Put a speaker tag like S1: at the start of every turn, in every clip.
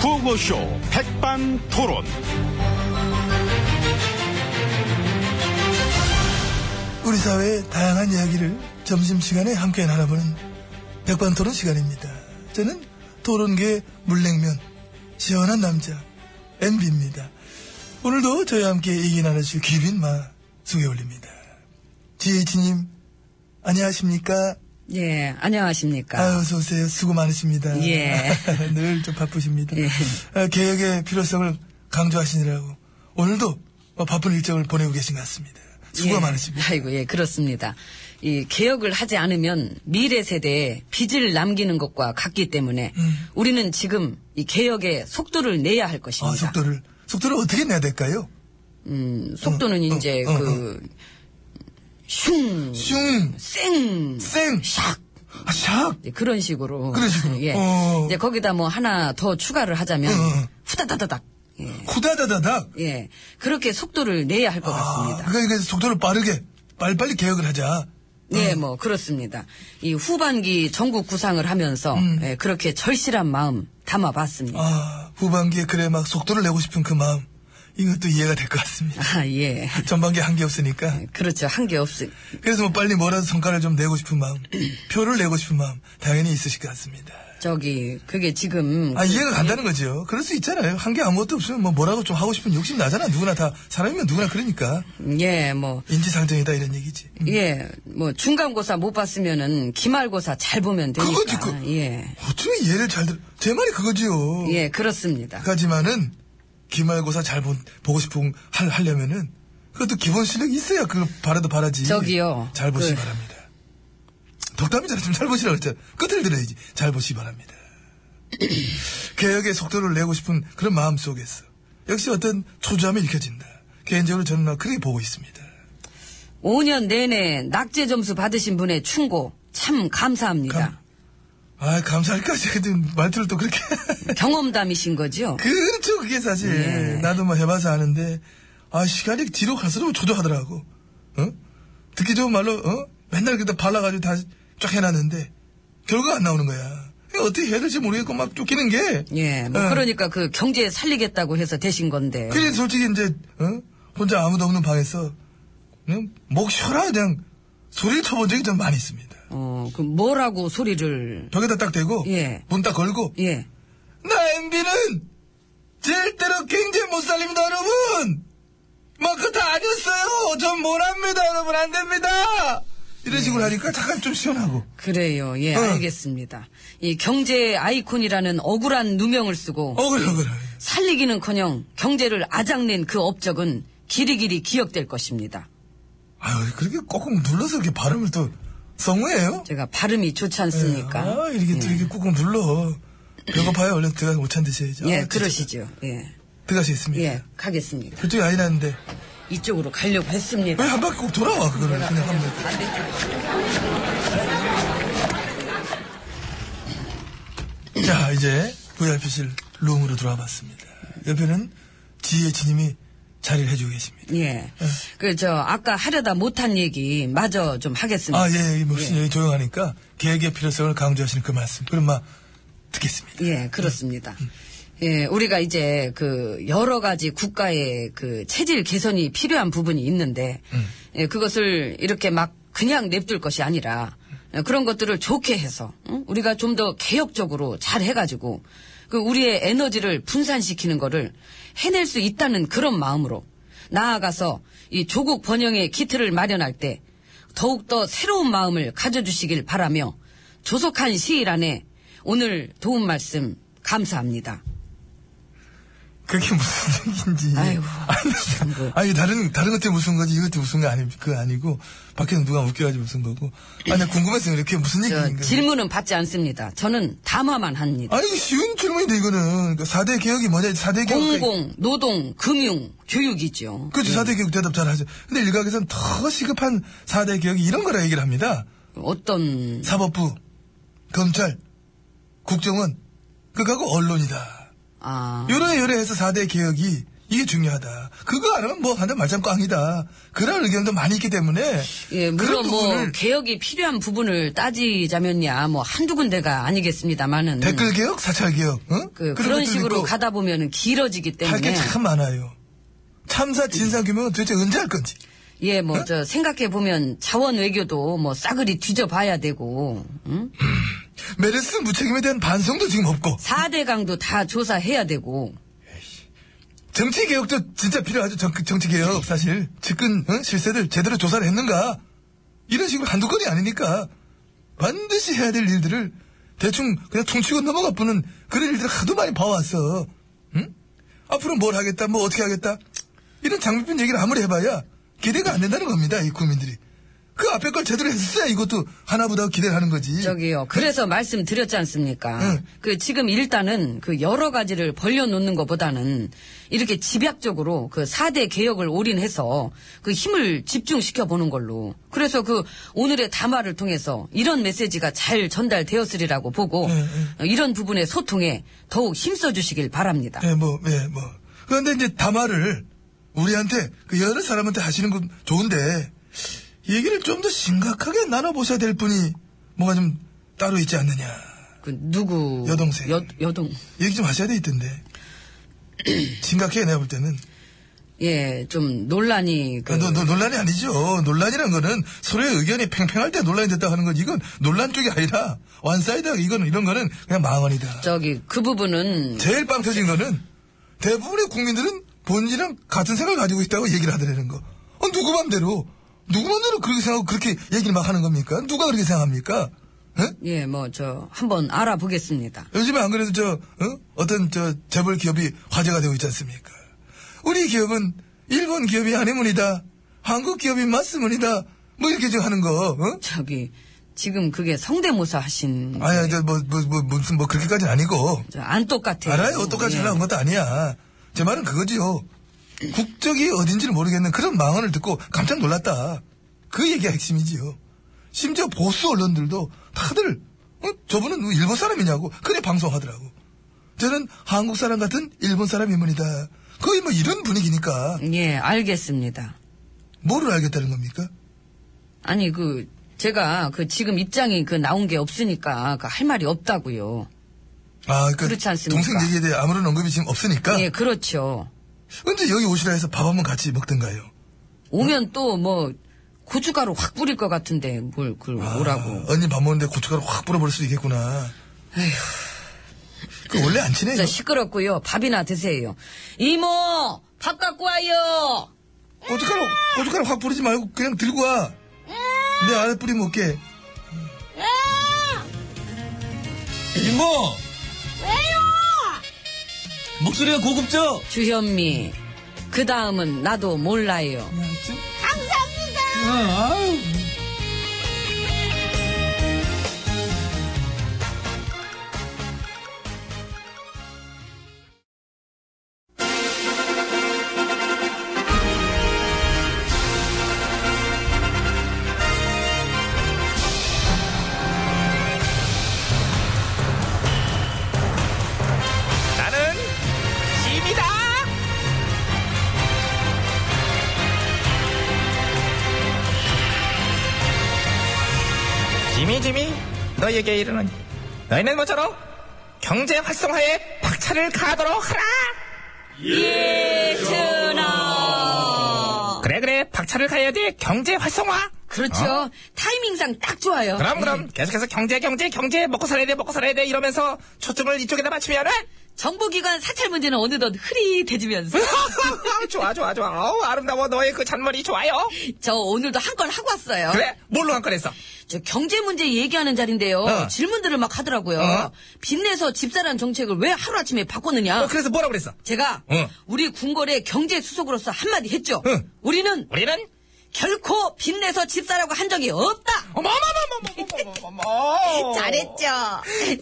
S1: 구호쇼 백반토론.
S2: 우리 사회의 다양한 이야기를 점심시간에 함께 나눠보는 백반토론 시간입니다. 저는 토론계의 물냉면, 시원한 남자, MB입니다. 오늘도 저희와 함께 얘기 나눠주실 귀빈 마 소개 올립니다. GH님, 안녕하십니까?
S3: 예, 안녕하십니까.
S2: 아유, 어서오세요. 수고 많으십니다.
S3: 예.
S2: 늘 좀 바쁘십니다.
S3: 예.
S2: 아, 개혁의 필요성을 강조하시느라고 오늘도 어, 바쁜 일정을 보내고 계신 것 같습니다. 수고가
S3: 예,
S2: 많으십니다.
S3: 아이고, 예, 그렇습니다. 이 개혁을 하지 않으면 미래 세대에 빚을 남기는 것과 같기 때문에
S2: 음.
S3: 우리는 지금 이 개혁의 속도를 내야 할 것입니다.
S2: 아, 속도를. 속도를 어떻게 내야 될까요?
S3: 음, 속도는
S2: 어,
S3: 이제
S2: 어,
S3: 그 슝,
S2: 슝,
S3: 쌩,
S2: 쌩,
S3: 샥
S2: 아, 샥.
S3: 이제 그런 식으로.
S2: 그런 식으로?
S3: 예.
S2: 어.
S3: 이제 거기다 뭐 하나 더 추가를 하자면
S2: 어, 어.
S3: 후다다다닥. 예.
S2: 후다다다닥.
S3: 예. 그렇게 속도를 내야 할 것
S2: 아,
S3: 같습니다.
S2: 그러니까 이제 속도를 빠르게, 빨리빨리 개혁을 하자.
S3: 네, 뭐 그렇습니다. 이 후반기 전국 구상을 하면서
S2: 음.
S3: 예, 그렇게 절실한 마음 담아봤습니다.
S2: 아, 후반기에 그래 막 속도를 내고 싶은 그 마음. 이것도 이해가 될 것 같습니다.
S3: 아, 예.
S2: 전반기에 한 게 없으니까.
S3: 그렇죠. 한 게 없으.
S2: 그래서 뭐 빨리 뭐라도 성과를 좀 내고 싶은 마음. 표를 내고 싶은 마음. 당연히 있으실 것 같습니다.
S3: 저기 그게 지금
S2: 아, 이해가 간다는 거죠. 그럴 수 있잖아요. 한 게 아무것도 없으면 뭐 뭐라고 좀 하고 싶은 욕심 나잖아. 누구나 다. 사람이면 누구나 그러니까.
S3: 예, 뭐
S2: 인지상정이다 이런 얘기지. 음.
S3: 예, 뭐 중간고사 못 봤으면은 기말고사 잘 보면 되니까.
S2: 그거지, 그-
S3: 예.
S2: 어쩜 이해를 잘 들어. 제 말이 그거지요.
S3: 예, 그렇습니다.
S2: 하지만은 기말고사 잘 본- 보고 싶은 할 하려면은 그것도 기본 실력이 있어야 그걸 바라도 바라지.
S3: 저기요.
S2: 잘 보시 기
S3: 그-
S2: 바랍니다. 덕담이잖아. 좀잘 보시라고 했잖아. 끝을 들어야지. 잘 보시 기 바랍니다. 개혁의 속도를 내고 싶은 그런 마음 속에서 역시 어떤 초조함이 읽혀진다. 개인적으로 저는 그렇게 보고 있습니다.
S3: 5년 내내 낙제 점수 받으신 분의 충고 참 감사합니다.
S2: 아 감사할까지 하여튼 말투를 또 그렇게
S3: 경험담이신 거죠?
S2: 그렇죠, 그게 사실.
S3: 예.
S2: 나도 뭐 해봐서 아는데, 아, 시간이 뒤로 갈수록 초조하더라고. 어? 듣기 좋은 말로, 어? 맨날 그다 발라가지고 다 쫙 해놨는데, 결과가 안 나오는 거야. 이거 어떻게 해야 될지 모르겠고 막 쫓기는 게.
S3: 예, 뭐
S2: 어. 그러니까
S3: 그러니까 그 경제 살리겠다고 해서 되신 건데.
S2: 그래, 솔직히 이제, 어? 혼자 아무도 없는 방에서, 그냥 목 쉬어라, 그냥 소리를 쳐본 적이 좀 많이 있습니다.
S3: 어, 그 뭐라고 소리를
S2: 벽에다 딱 대고,
S3: 예.
S2: 문 딱 걸고,
S3: 예.
S2: 나 MB는 절대로 굉장히 못 살립니다, 여러분! 막 그거 다 아니었어요! 전 뭐랍니다, 여러분! 안 됩니다! 이런 식으로 하니까 잠깐 좀 시원하고.
S3: 그래요. 예,
S2: 어.
S3: 알겠습니다. 이 경제 아이콘이라는 억울한 누명을 쓰고
S2: 어, 그래, 그래.
S3: 살리기는커녕 경제를 아작낸 그 업적은 길이길이 기억될 것입니다.
S2: 아유, 그렇게 꾹꾹 눌러서 이렇게 발음을 또, 성우예요?
S3: 제가 발음이 좋지 않습니까?
S2: 아, 이렇게 또 이렇게 꾹꾹 눌러. 배고파요? 얼른 들어가서 오찬 드셔야죠.
S3: 예,
S2: 아, 진짜.
S3: 그러시죠. 예.
S2: 들어가시겠습니다.
S3: 예, 가겠습니다.
S2: 그쪽이 아이 났는데,
S3: 이쪽으로 가려고 했습니다.
S2: 왜 한 바퀴 꼭 돌아와, 그거를. 그냥 한 바퀴. 자, 이제 VIP실 룸으로 들어와 봤습니다. 옆에는 지혜진님이 자리를 해주고 계십니다.
S3: 예. 그, 저, 아까 하려다 못한 얘기 마저 좀 하겠습니다.
S2: 아, 예, 예, 뭐, 여기 조용하니까 계획의 필요성을 강조하시는 그 말씀. 그럼 막 듣겠습니다.
S3: 예, 그렇습니다. 예, 우리가 이제 그 여러 가지 국가의 그 체질 개선이 필요한 부분이 있는데, 예, 그것을 이렇게 막 그냥 냅둘 것이 아니라, 예, 그런 것들을 좋게 해서, 응? 우리가 좀 더 개혁적으로 잘 해가지고, 그 우리의 에너지를 분산시키는 거를 해낼 수 있다는 그런 마음으로, 나아가서 이 조국 번영의 기틀을 마련할 때, 더욱더 새로운 마음을 가져주시길 바라며, 조속한 시일 안에 오늘 도움 말씀 감사합니다.
S2: 그게 무슨 얘기인지.
S3: 아이고,
S2: 아니,
S3: 참 그-
S2: 아니, 다른, 다른 것 때문에 무슨 거지, 이것 때문에 무슨 거 아니, 그거 아니고, 밖에서 누가 웃겨가지고 무슨 거고. 아니, 궁금해서 이렇게 무슨
S3: 저,
S2: 얘기인가.
S3: 질문은 받지 않습니다. 저는 담화만
S2: 음,
S3: 합니다.
S2: 네. 아니, 이거 쉬운 질문인데, 이거는. 그러니까 4대 개혁이 뭐냐, 4대 개혁.
S3: 공공, 노동, 금융, 교육이죠.
S2: 네. 그렇죠. 4대 개혁 대답 잘 하죠. 근데 일각에서는 더 시급한 4대 개혁이 이런 거라 얘기를 합니다.
S3: 어떤
S2: 사법부, 검찰, 국정원, 그하고 언론이다.
S3: 아
S2: 요래 요래 해서 4대 개혁이 이게 중요하다. 그거 안 하면 뭐 한다 말짱 꽝이다. 그런 의견도 많이 있기 때문에
S3: 예,
S2: 그런
S3: 물론 뭐
S2: 부분을
S3: 개혁이 필요한 부분을 따지자면야 뭐 한두 군데가 아니겠습니다만은
S2: 댓글 개혁, 사찰 개혁, 응?
S3: 음. 그,
S2: 그런
S3: 그런
S2: 것들도
S3: 식으로
S2: 있고
S3: 가다 보면은 길어지기
S2: 할
S3: 때문에
S2: 게 참 많아요. 참사 진상 규명은 도대체 언제 할 건지.
S3: 예,
S2: 어?
S3: 뭐 저 생각해 보면 자원 외교도 뭐 싸그리 뒤져봐야 되고 응?
S2: 메르스 무책임에 대한 반성도 지금 없고
S3: 4대 강도 다 조사해야 되고
S2: 정치 개혁도 진짜 필요하죠. 정, 정치 개혁 사실 측근 응? 실세들 제대로 조사를 했는가 이런 식으로 한두 건이 아니니까 반드시 해야 될 일들을 대충 그냥 퉁치고 넘어가 보는 그런 일들을 하도 많이 봐왔어. 응? 앞으로 뭘 하겠다, 뭐 어떻게 하겠다 이런 장밋빛 얘기를 아무리 해봐야 기대가 안 된다는 겁니다. 이 국민들이 그 앞에 걸 제대로 했어야 이것도 하나보다 기대를 하는 거지.
S3: 저기요. 그래서 말씀드렸지 않습니까?
S2: 응.
S3: 그 지금 일단은 그 여러 가지를 벌려놓는 것보다는 이렇게 집약적으로 그 4대 개혁을 올인해서 그 힘을 집중시켜 보는 걸로. 그래서 그 오늘의 담화를 통해서 이런 메시지가 잘 전달되었으리라고 보고
S2: 응, 응.
S3: 어, 이런 부분의 소통에 더욱 힘써 주시길 바랍니다.
S2: 예, 뭐, 예, 뭐. 그런데 이제 담화를 우리한테 그 여러 사람한테 하시는 건 좋은데 얘기를 좀 더 심각하게 나눠보셔야 될 분이 뭐가 좀 따로 있지 않느냐.
S3: 그 누구
S2: 여동생.
S3: 여, 여동
S2: 얘기 좀 하셔야 돼 있던데. 심각해 내가 볼 때는
S3: 예, 좀 논란이 그
S2: 아, 노- 노- 논란이 아니죠. 논란이란 거는 서로의 의견이 팽팽할 때 논란이 됐다 하는 건 이건 논란 쪽이 아니라 완사이드하게 이건 이런 거는 그냥 망언이다.
S3: 저기 그 부분은
S2: 제일 빵 터진 거는 대부분의 국민들은 본인이랑 같은 생각을 가지고 있다고 얘기를 하더라는 거. 어, 누구 맘대로, 누구 맘대로 그렇게 생각하고 그렇게 얘기를 막 하는 겁니까? 누가 그렇게 생각합니까? 예?
S3: 예, 뭐 저 한번 알아보겠습니다.
S2: 요즘에 안 그래도 저, 어? 떤저 재벌 기업이 화제가 되고 있지 않습니까? 우리 기업은 일본 기업이 아니문이다. 한국 기업이 맞스문이다. 뭐 이렇게 지금 하는 거, 어?
S3: 저기 지금 그게 성대모사 하신
S2: 아니, 아니, 저 뭐, 뭐, 뭐, 무슨 뭐 그렇게까지는 아니고.
S3: 저 안 똑같아요.
S2: 알아요. 똑같이
S3: 예.
S2: 하려고 한 것도 아니야. 제 말은 그거지요. 국적이 어딘지를 모르겠는 그런 망언을 듣고 깜짝 놀랐다. 그 얘기가 핵심이지요. 심지어 보수 언론들도 다들 어? 저분은 일본 사람이냐고 그래 방송하더라고. 저는 한국 사람 같은 일본 사람 인문이다. 거의 뭐 이런 분위기니까
S3: 예, 알겠습니다.
S2: 뭐를 알겠다는 겁니까?
S3: 아니 그 제가 그 지금 입장이 그 나온 게 없으니까 그 할 말이 없다고요.
S2: 아, 그
S3: 그렇지 않습니까?
S2: 동생 얘기에 대해 아무런 언급이 지금 없으니까
S3: 예, 그렇죠.
S2: 언제 여기 오시라 해서 밥 한번 같이 먹든가요.
S3: 오면 또 뭐 고춧가루 확 뿌릴 것 같은데 뭘 그걸
S2: 아,
S3: 오라고.
S2: 언니 밥 먹는데 고춧가루 확 뿌려버릴 수 있겠구나. 그 원래 안 친해요.
S3: 진짜 시끄럽고요. 밥이나 드세요. 이모 밥 갖고 와요.
S2: 고춧가루, 고춧가루 확 뿌리지 말고 그냥 들고 와. 내 아래 뿌리면 올게.
S4: 이모! 왜요? 목소리가 고급져?
S3: 주현미. 그 다음은 나도 몰라요.
S2: 뭐
S1: 나는 짐이다.
S4: 지미, 지미, 너에게 이르노니. 너희는 모처럼 경제 활성화에 박차를 가하도록 하라!
S3: 예준아.
S4: 그래, 그래, 박차를 가해야지 경제 활성화!
S3: 그렇죠. 타이밍상 딱 좋아요.
S4: 어? 그럼, 그럼, 계속해서 경제, 경제, 경제, 먹고 살아야 돼, 먹고 살아야 돼, 이러면서 초점을 이쪽에다 맞추면은?
S3: 정보기관 사찰 문제는 어느덧 흐릿해지면서
S4: 어? 좋아, 좋아, 좋아. 어우, 아름다워, 너의 그 잔머리 좋아요.
S3: 저 오늘도 한 건 하고 왔어요.
S4: 그래, 뭘로 한 건 했어?
S3: 저 경제 문제 얘기하는 자리인데요.
S4: 어.
S3: 질문들을 막 하더라고요.
S4: 어.
S3: 빚내서 집사라는 정책을 왜 하루아침에 바꿨느냐.
S4: 어, 그래서 뭐라 그랬어?
S3: 제가
S4: 어.
S3: 우리 궁궐의 경제 수석으로서 한마디 했죠.
S4: 어.
S3: 우리는
S4: 우리는
S3: 결코 빚내서 집사라고 한 적이 없다.
S4: 어머 어머 어머 어머 어머
S3: 잘했죠.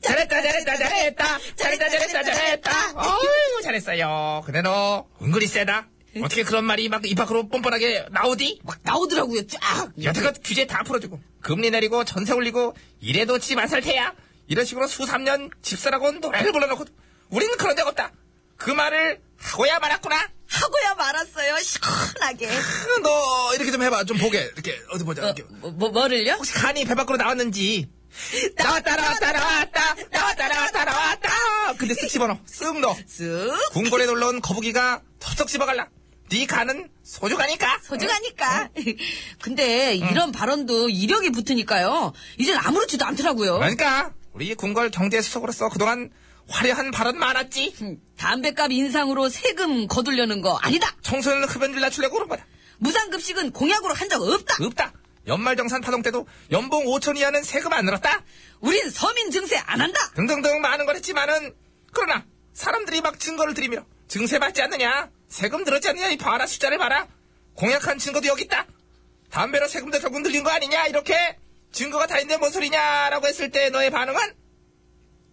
S4: 잘했다 잘했다 잘했다 잘했다 잘했다 잘했다 어우 잘했어요 근데 너 은근히 세다 어떻게 그런 말이 막 입 밖으로 뻔뻔하게 나오디?
S3: 막 나오더라고요. 쫙.
S4: 여태껏 규제 다 풀어주고 금리 내리고 전세 올리고 이래도 집 안 살 테야 이런 식으로 수삼 년 집사라고 노래를 불러놓고 우리는 그런 적 없다 그 말을 하고야 말았구나.
S5: 하고야 말았어요. 시원하게.
S4: 크, 그 너 이렇게 좀 해봐. 좀 보게. 이렇게 어디 보자. 이렇게.
S3: 뭐, 뭐, 뭐를요?
S4: 혹시 간이 배 밖으로 나왔는지. 나왔다 나왔다 나왔다 나왔다 나왔다 나왔다. 근데 쓱 집어넣어. 쓱 넣어.
S5: 쓱.
S4: 궁궐에 놀러온 거북이가 덥석 집어갈라. 네 간은 소중하니까. 어,
S5: 소중하니까.
S3: 근데 이런
S4: 음.
S3: 발언도 이력이 붙으니까요. 이젠 아무렇지도 않더라고요.
S4: 그러니까 우리 궁궐 경제 수석으로서 그동안 화려한 발언 많았지.
S3: 음, 담배값 인상으로 세금 거두려는 거 아니다.
S4: 청소년 흡연율 낮추려고 그런 거다.
S3: 무상급식은 공약으로 한 적 없다.
S4: 없다. 연말정산 파동 때도 연봉 5천 이하는 세금 안 늘었다.
S3: 우린 서민 증세 안 한다.
S4: 등등등 많은 걸 했지만은 그러나 사람들이 막 증거를 들이밀어 증세 받지 않느냐 세금 들었지 않느냐 이 봐라 숫자를 봐라 공약한 증거도 여기 있다 담배로 세금도 결국 늘린 거 아니냐 이렇게 증거가 다 있는데 뭔 소리냐라고 했을 때 너의 반응은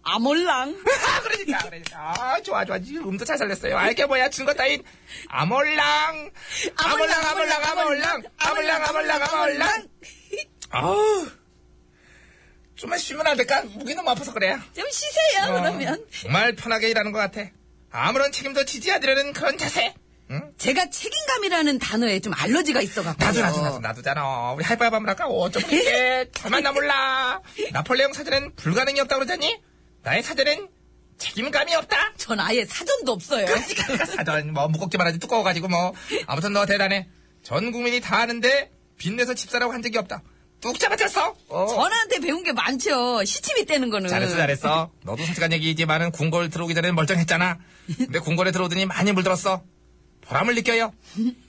S3: 아몰랑.
S4: 아 그러니까 그러니까 아 좋아 좋아 지금 음도 잘 살렸어요 아 이게 뭐야 증거 따윈 아몰랑 아몰랑 아몰랑 아몰랑 아몰랑 아몰랑 아몰랑 아우 좀만 쉬면 안 될까 목이 너무 아파서 그래
S5: 좀 쉬세요,
S4: 어,
S5: 그러면.
S4: 정말 편하게 일하는 것 같아. 아무런 책임도 지지 않으려는 그런 자세. 응?
S3: 제가 책임감이라는 단어에 좀 알러지가 있어갖고.
S4: 나도 나도 나도 나도잖아. 우리 하이파이브 한번 할까? 어쩜 이렇게 저만 나 몰라. 나폴레옹 사전엔 불가능이 없다고 그러잖니? 나의 사전엔 책임감이 없다.
S3: 전 아예 사전도 없어요.
S4: 그러니까 사전 뭐 무겁기만 하지 두꺼워가지고 뭐 아무튼 너 대단해. 전 국민이 다 아는데 빚내서 집사라고 한 적이 없다. 뚝 잡아쳤어. 어.
S3: 전한테 배운 게 많죠. 시침이 떼는 거는.
S4: 잘했어, 잘했어. 너도 솔직한 얘기이지만은 궁궐 들어오기 전에는 멀쩡했잖아. 근데 궁궐에 들어오더니 많이 물들었어. 보람을 느껴요.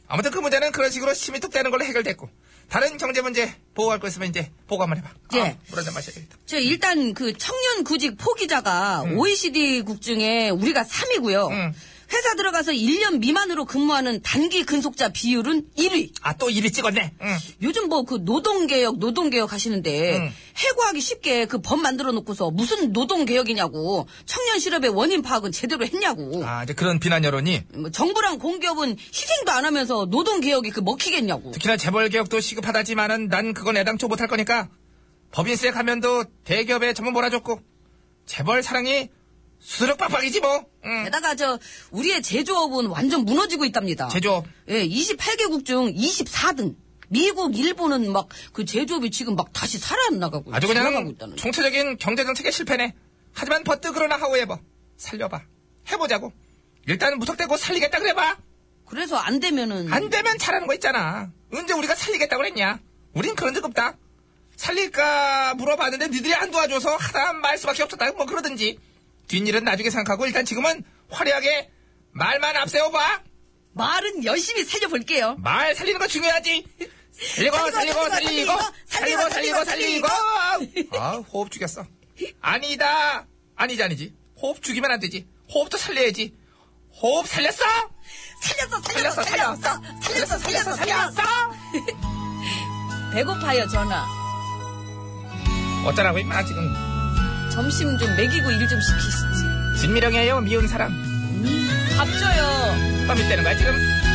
S4: 아무튼 그 문제는 그런 식으로 심이 뚝 되는 걸로 해결됐고. 다른 경제 문제 보호할 거 있으면 이제 보고 한번 해봐.
S3: 예.
S4: 아, 물한잔 마셔야겠다.
S3: 저 일단 그 청년 구직 포기자가 OECD 국 중에 우리가 3위고요.
S4: 음.
S3: 회사 들어가서 1년 미만으로 근무하는 단기 근속자 비율은 1위.
S4: 아, 또 일이 찍었네. 응.
S3: 요즘 뭐 그 노동개혁, 노동개혁 하시는데
S4: 음.
S3: 해고하기 쉽게 그 법 만들어 놓고서 무슨 노동개혁이냐고 청년 실업의 원인 파악은 제대로 했냐고.
S4: 아, 이제 그런 비난 여론이
S3: 뭐 정부랑 공기업은 희생도 안 하면서 노동개혁이 그 먹히겠냐고.
S4: 특히나 재벌 개혁도 시급하다지만은 난 그건 애당초 못할 거니까 법인세 감면도 대기업에 전부 몰아줬고 재벌 사랑이 수수력 빡빡이지 뭐. 응.
S3: 게다가 저 우리의 제조업은 완전 무너지고 있답니다.
S4: 제조업.
S3: 예, 28개국 중 24등. 미국, 일본은 막 그 제조업이 지금 막 다시 살아나가고
S4: 음, 아주
S3: 살아가고
S4: 그냥
S3: 있다는.
S4: 총체적인 경제정책의 실패네. 하지만 버뜩으로나 하오에버. 살려봐. 해보자고. 일단 무턱대고 살리겠다 그래봐.
S3: 그래서 안 되면은
S4: 안 되면 잘하는 거 있잖아. 언제 우리가 살리겠다 그랬냐. 우린 그런 적 없다. 살릴까 물어봤는데 니들이 안 도와줘서 하다 말 수밖에 없었다. 뭐 그러든지. 뒷일은 나중에 생각하고 일단 지금은 화려하게 말만 앞세워봐.
S3: 말은 열심히 살려볼게요.
S4: 말 살리는 거 중요하지. 살리고 살리고 살리고 살리고 살리고 살리고. 아 호흡 죽였어. 아니다. 아니지 아니지. 호흡 죽이면 안 되지. 호흡도 살려야지. 호흡 살렸어?
S5: 살렸어, 살렸어,
S4: 살렸어 살렸어.
S5: 살렸어. 살렸어, 살렸어, 살렸어.
S3: 배고파요, 전화.
S4: 어쩌라고 임마 지금
S3: 점심 좀 먹이고 일 좀 시키시지.
S4: 진미령이에요 미운 사람.
S3: 밥 줘요.
S4: 땀이 떼는 거야 지금.